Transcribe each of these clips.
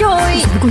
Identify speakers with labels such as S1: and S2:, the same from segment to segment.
S1: còn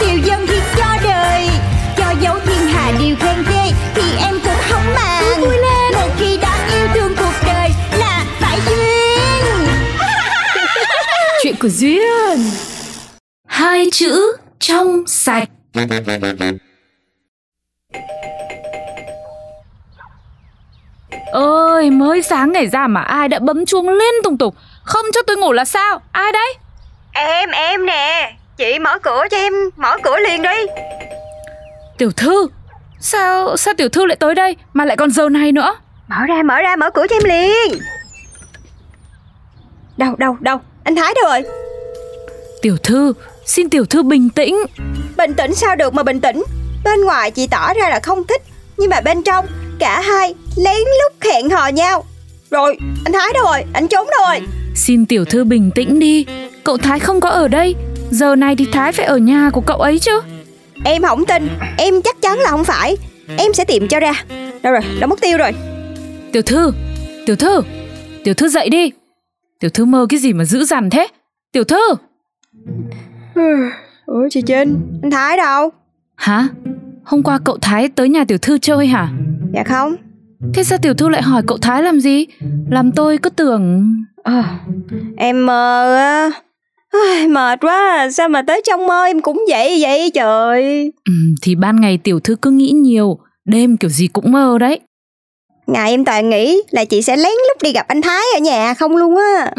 S2: Điều dân thì cho đời Cho dấu thiên hà điều khen ghê Thì em cũng không màng
S1: vui lên.
S2: Một khi đã yêu thương cuộc đời Là phải duyên
S1: Chuyện của duyên
S3: hai chữ trong sạch
S4: Ơi mới sáng ngày ra mà ai đã bấm chuông liên tục tục Không cho tôi ngủ là sao Ai đấy
S2: Em em nè Chị mở cửa cho em Mở cửa liền đi
S4: Tiểu thư Sao sao tiểu thư lại tới đây Mà lại còn giờ này nữa
S2: Mở ra mở ra mở cửa cho em liền Đâu đâu đâu Anh Thái đâu rồi
S4: Tiểu thư Xin tiểu thư bình tĩnh
S2: Bình tĩnh sao được mà bình tĩnh Bên ngoài chị tỏ ra là không thích Nhưng mà bên trong cả hai lén lút hẹn hò nhau Rồi anh Thái đâu rồi Anh trốn đâu rồi
S4: Xin tiểu thư bình tĩnh đi Cậu Thái không có ở đây Giờ này thì Thái phải ở nhà của cậu ấy chứ
S2: Em không tin Em chắc chắn là không phải Em sẽ tìm cho ra Đâu rồi đã mất tiêu rồi
S4: Tiểu thư Tiểu thư Tiểu thư dậy đi Tiểu thư mơ cái gì mà dữ dằn thế Tiểu thư
S2: Ủa chị Trinh Anh Thái đâu
S4: Hả Hôm qua cậu Thái tới nhà tiểu thư chơi hả
S2: Dạ không
S4: Thế sao tiểu thư lại hỏi cậu Thái làm gì Làm tôi cứ tưởng
S2: Ờ, Em mơ á Ai, Mệt quá à. Sao mà tới trong mơ em cũng vậy vậy trời
S4: Ừ, thì ban ngày tiểu thư cứ nghĩ nhiều, đêm kiểu gì cũng mơ đấy.
S2: Ngày em toàn nghĩ là chị sẽ lén lúc đi gặp anh Thái ở nhà không luôn á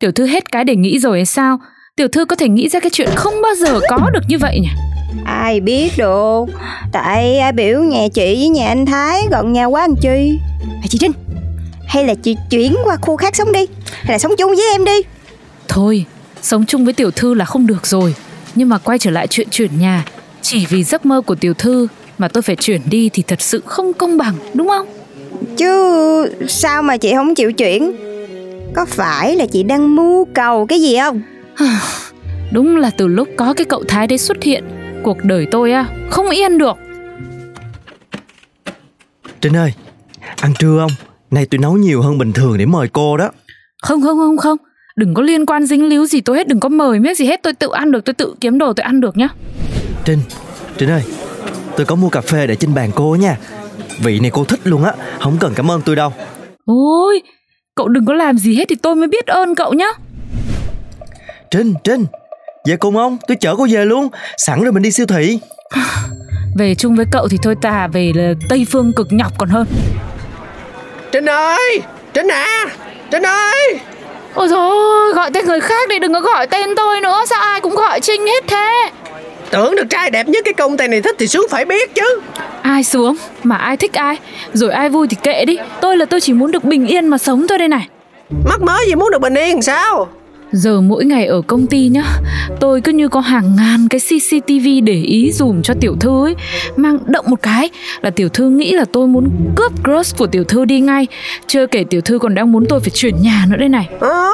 S4: Tiểu thư hết cái để nghĩ rồi hay sao? Tiểu thư có thể nghĩ ra cái chuyện không bao giờ có được như vậy nhỉ?
S2: Ai biết được Tại ai biểu nhà chị với nhà anh Thái gần nhau quá anh Chi à, Chị Trinh Hay là chị chuyển qua khu khác sống đi Hay là sống chung với em đi
S4: Thôi, sống chung với tiểu thư là không được rồi. Nhưng mà quay trở lại chuyện chuyển nhà, chỉ vì giấc mơ của tiểu thư mà tôi phải chuyển đi thì thật sự không công bằng, đúng không?
S2: Chứ sao mà chị không chịu chuyển Có phải là chị đang mưu cầu cái gì không
S4: Đúng là từ lúc có cái cậu Thái đấy xuất hiện, cuộc đời tôi á không yên được.
S5: Trinh ơi, ăn trưa không? Này tôi nấu nhiều hơn bình thường để mời cô đó.
S4: Không không không không, đừng có liên quan dính líu gì tôi hết, đừng có mời miếng gì hết, tôi tự ăn được, tôi tự kiếm đồ tôi ăn được nhá.
S5: Trinh, Trinh ơi, tôi có mua cà phê để trên bàn cô nha. Vị này cô thích luôn á, không cần cảm ơn tôi đâu.
S4: Ôi, cậu đừng có làm gì hết thì tôi mới biết ơn cậu nhá.
S5: Trinh, Trinh, về cùng không? Tôi chở cô về luôn, sẵn rồi mình đi siêu thị.
S4: Về chung với cậu thì thôi ta về là Tây Phương cực nhọc còn hơn.
S6: Trinh ơi Trinh à Trinh ơi
S4: Ôi dồi ôi, gọi tên người khác đi, đừng có gọi tên tôi nữa, sao ai cũng gọi Trinh hết thế.
S6: Tưởng được trai đẹp nhất cái công ty này thích thì sướng phải biết chứ
S4: Ai xuống, mà ai thích ai, rồi ai vui thì kệ đi. Tôi là tôi chỉ muốn được bình yên mà sống thôi đây này.
S6: Mắc mớ gì muốn được bình yên sao
S4: Giờ mỗi ngày ở công ty nhá, tôi cứ như có hàng ngàn cái CCTV để ý dùm cho tiểu thư ấy, mang động một cái là tiểu thư nghĩ là tôi muốn cướp crush của tiểu thư đi ngay, chưa kể tiểu thư còn đang muốn tôi phải chuyển nhà nữa đây này.
S6: Ồ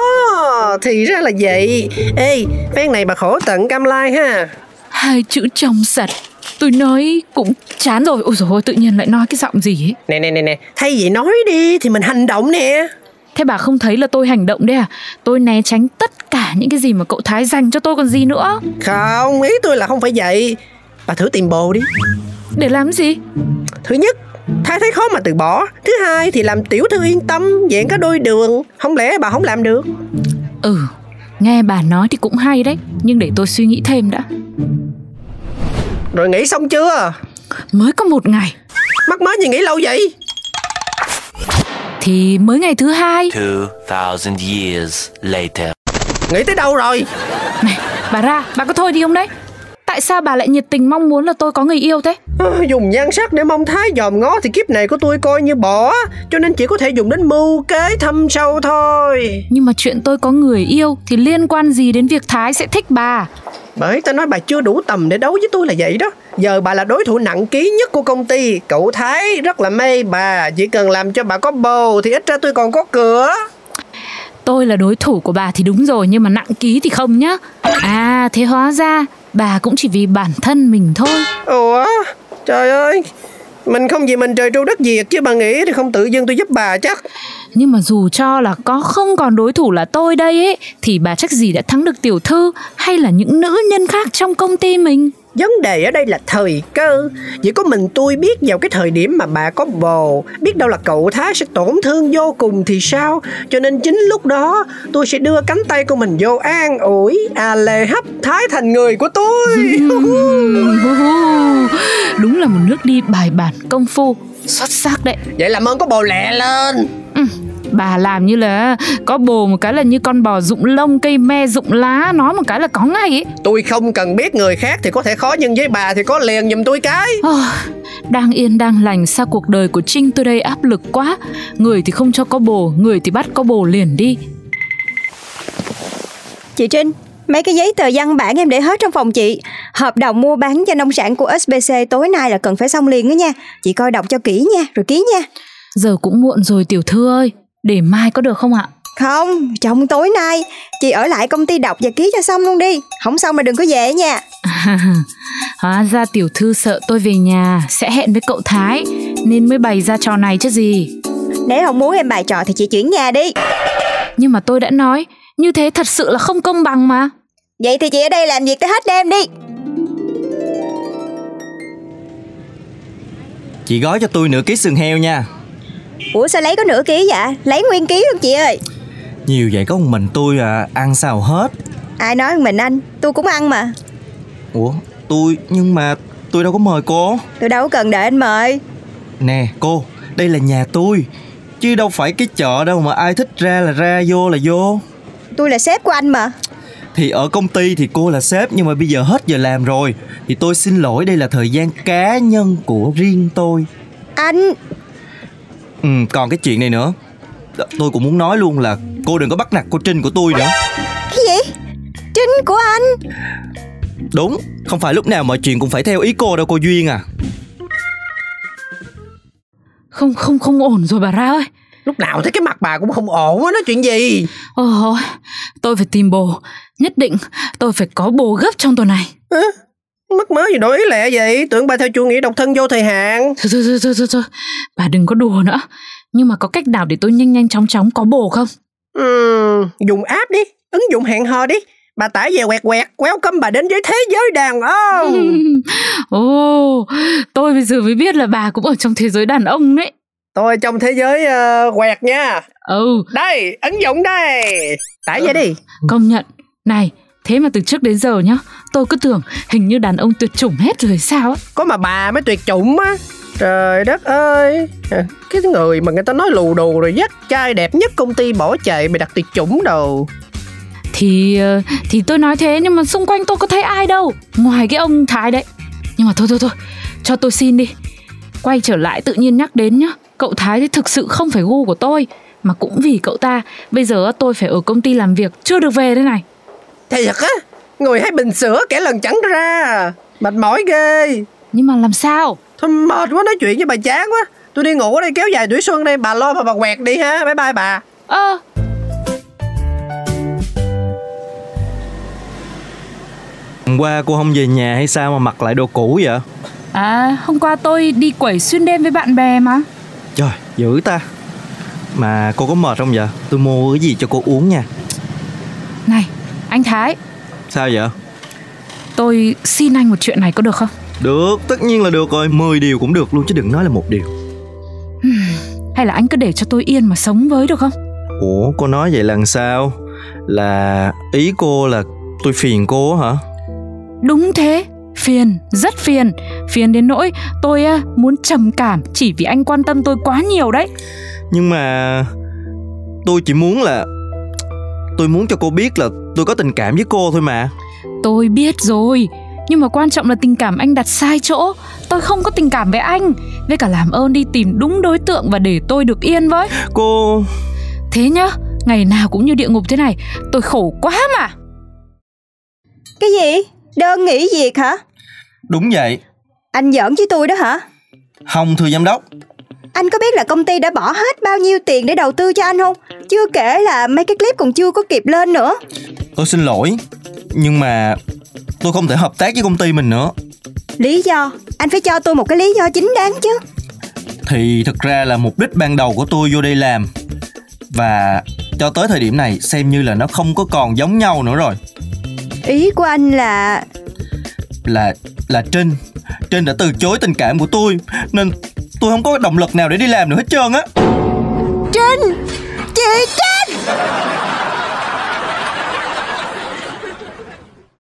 S6: Ờ, thì ra là vậy Ê phen này bà khổ tận cam lai ha
S4: Hai chữ trong sạch, tôi nói cũng chán rồi, ôi dồi ôi, tự nhiên lại nói cái giọng gì ấy.
S6: Nè nè nè nè Thay vì nói đi thì mình hành động nè
S4: Thế bà không thấy là tôi hành động đấy à? Tôi né tránh tất cả những cái gì mà cậu Thái dành cho tôi còn gì nữa.
S6: Không ý tôi là không phải vậy Bà thử tìm bồ đi
S4: Để làm gì?
S6: Thứ nhất Thái thấy khó mà từ bỏ Thứ hai thì làm tiểu thư yên tâm Dạng có đôi đường Không lẽ bà không làm được
S4: Ừ, nghe bà nói thì cũng hay đấy, nhưng để tôi suy nghĩ thêm đã.
S6: Rồi nghĩ xong chưa
S4: Mới có một ngày
S6: Mắc mớ gì nghĩ lâu vậy
S4: thì mới ngày thứ hai
S7: 2,000 years later.
S6: Nghĩ tới đâu rồi
S4: này bà ra bà có thôi đi không đấy tại sao bà lại nhiệt tình mong muốn là tôi có người yêu thế
S6: À, Dùng nhan sắc để mong thái dòm ngó Thì kiếp này của tôi coi như bỏ Cho nên chỉ có thể dùng đến mưu kế thâm sâu thôi
S4: nhưng mà chuyện tôi có người yêu thì liên quan gì đến việc thái sẽ thích bà
S6: Bởi ta nói bà chưa đủ tầm để đấu với tôi là vậy đó Giờ bà là đối thủ nặng ký nhất của công ty Cậu Thái rất là mê bà Chỉ cần làm cho bà có bầu Thì ít ra tôi còn có cửa
S4: tôi là đối thủ của bà thì đúng rồi nhưng mà nặng ký thì không nhá à thế hóa ra bà cũng chỉ vì bản thân mình thôi
S6: Ủa trời ơi Mình không vì mình trời tru đất diệt Chứ bà nghĩ thì không tự dưng tôi giúp bà chắc
S4: nhưng mà dù cho là có không còn đối thủ là tôi đây ấy thì bà chắc gì đã thắng được tiểu thư hay là những nữ nhân khác trong công ty mình
S6: Vấn đề ở đây là thời cơ Chỉ có mình tôi biết vào cái thời điểm mà bà có bồ Biết đâu là cậu Thái sẽ tổn thương vô cùng thì sao Cho nên chính lúc đó Tôi sẽ đưa cánh tay của mình vô an ủi À lề hấp Thái thành người của tôi
S4: Ừm, đúng là một nước đi bài bản công phu xuất sắc đấy
S6: Vậy làm ơn có bồ lẹ lên
S4: Ừm, bà làm như là có bồ một cái là như con bò rụng lông cây me rụng lá nói một cái là có ngay ấy
S6: Tôi không cần biết người khác thì có thể khó Nhưng với bà thì có liền giùm tôi cái
S4: Ôi, đang yên đang lành sao cuộc đời của Trinh tôi đây áp lực quá Người thì không cho có bồ, người thì bắt có bồ liền đi
S2: Chị Trinh, mấy cái giấy tờ văn bản em để hết trong phòng chị. Hợp đồng mua bán cho nông sản của SBC tối nay là cần phải xong liền đó nha. Chị coi đọc cho kỹ nha, rồi ký nha.
S4: Giờ cũng muộn rồi tiểu thư ơi, để mai có được không ạ?
S2: Không, trong tối nay, chị ở lại công ty đọc và ký cho xong luôn đi. Không xong là đừng có về nha.
S4: Hóa ra tiểu thư sợ tôi về nhà sẽ hẹn với cậu Thái Nên mới bày ra trò này chứ gì
S2: Nếu không muốn em bài trò thì chị chuyển nhà đi.
S4: Nhưng mà tôi đã nói, như thế thật sự là không công bằng mà
S2: Vậy thì chị ở đây làm việc tới hết đêm đi.
S5: Chị gói cho tôi nửa ký sườn heo nha
S2: Ủa sao lấy có nửa ký vậy? Lấy nguyên ký không chị ơi?
S5: Nhiều vậy có một mình tôi à Ăn sao hết
S2: Ai nói mình anh, tôi cũng ăn mà.
S5: Ủa tôi nhưng mà tôi đâu có mời cô
S2: Tôi đâu có cần đợi anh mời.
S5: Nè cô đây là nhà tôi Chứ đâu phải cái chợ đâu mà ai thích ra là ra vô là vô
S2: Tôi là sếp của anh mà.
S5: Thì ở công ty thì cô là sếp nhưng mà bây giờ hết giờ làm rồi Thì tôi xin lỗi đây là thời gian cá nhân của riêng tôi
S2: Anh,
S5: Ừ còn cái chuyện này nữa Đ- Tôi cũng muốn nói luôn là cô đừng có bắt nạt cô Trinh của tôi nữa
S2: cái gì? Trinh của anh.
S5: Đúng không phải lúc nào mọi chuyện cũng phải theo ý cô đâu cô Duyên à
S4: Không, không, không ổn rồi bà ra ơi
S6: Lúc nào thấy cái mặt bà cũng không ổn á Nói chuyện gì
S4: Ôi, tôi phải tìm bồ, nhất định tôi phải có bồ gấp trong tuần này
S6: Mắc mớ gì đổi ý lẹ vậy Tưởng bà theo chủ nghĩa độc thân vô thời hạn
S4: Thôi, thôi, thôi, thôi, thôi, thôi. Bà đừng có đùa nữa. Nhưng mà có cách nào để tôi nhanh nhanh chóng chóng có bồ không?
S6: Ừm, dùng app đi, ứng dụng hẹn hò đi. Bà tải về quẹt quẹt, welcome bà đến với thế giới đàn ông.
S4: Ồ, tôi bây giờ mới biết là bà cũng ở trong thế giới đàn ông đấy.
S6: Tôi trong thế giới ờ, quẹt nha.
S4: Ừ,
S6: Đây, ứng dụng đây. Tải về đi.
S4: công nhận. Này, thế mà từ trước đến giờ nhá, tôi cứ tưởng hình như đàn ông tuyệt chủng hết rồi sao ấy.
S6: Có mà bà mới tuyệt chủng á. Trời đất ơi. À, Cái người mà người ta nói lù đù rồi dắt trai đẹp nhất công ty bỏ chạy bị đặt tuyệt chủng đồ.
S4: Thì ờ, thì tôi nói thế nhưng mà xung quanh tôi có thấy ai đâu, ngoài cái ông Thái đấy. Nhưng mà thôi thôi thôi, cho tôi xin đi. Quay trở lại tự nhiên nhắc đến nhá, cậu Thái thì thực sự không phải gu của tôi mà cũng vì cậu ta, bây giờ tôi phải ở công ty làm việc chưa được về đây này.
S6: Thiệt á, người hay bình sữa kẻ lần chẳng ra. Mệt mỏi ghê.
S4: Nhưng mà làm sao?
S6: Thôi mệt quá nói chuyện với bà chán quá. Tôi đi ngủ ở đây kéo dài tuổi xuân đây, bà lo mà bà quẹt đi ha. Bye bye bà.
S4: Ơ,
S5: Hôm qua cô không về nhà hay sao mà mặc lại đồ cũ vậy
S4: À, hôm qua tôi đi quẩy xuyên đêm với bạn bè mà.
S5: Trời dữ ta Mà cô có mệt không vậy Tôi mua cái gì cho cô uống nha
S4: Này, anh Thái,
S5: Sao vậy
S4: tôi xin anh một chuyện này có được không?
S5: Được tất nhiên là được rồi 10 điều cũng được luôn chứ đừng nói là một điều
S4: Hay là anh cứ để cho tôi yên mà sống với được không?
S5: Ủa cô nói vậy là làm sao Là ý cô là tôi phiền cô hả
S4: Đúng thế, Phiền, rất phiền Phiền đến nỗi tôi á, muốn trầm cảm Chỉ vì anh quan tâm tôi quá nhiều đấy
S5: Nhưng mà tôi chỉ muốn là tôi muốn cho cô biết là tôi có tình cảm với cô thôi mà.
S4: Tôi biết rồi Nhưng mà quan trọng là tình cảm anh đặt sai chỗ Tôi không có tình cảm với anh Với cả làm ơn đi tìm đúng đối tượng Và để tôi được yên với
S5: Cô
S4: Thế nhá, ngày nào cũng như địa ngục thế này Tôi khổ quá mà
S2: Cái gì? Đơn nghỉ việc hả?
S5: đúng vậy.
S2: Anh giỡn với tôi đó hả?
S5: Hồng thưa giám đốc,
S2: Anh có biết là công ty đã bỏ hết bao nhiêu tiền để đầu tư cho anh không? Chưa kể là mấy cái clip còn chưa có kịp lên nữa.
S5: tôi xin lỗi, nhưng mà tôi không thể hợp tác với công ty mình nữa.
S2: Lý do, anh phải cho tôi một cái lý do chính đáng chứ.
S5: Thì thực ra là mục đích ban đầu của tôi vô đây làm và cho tới thời điểm này xem như là nó không có còn giống nhau nữa rồi.
S2: Ý của anh là
S5: Là là Trinh, Trinh đã từ chối tình cảm của tôi nên tôi không có động lực nào để đi làm nữa hết trơn á.
S2: Trinh! Chị Trinh!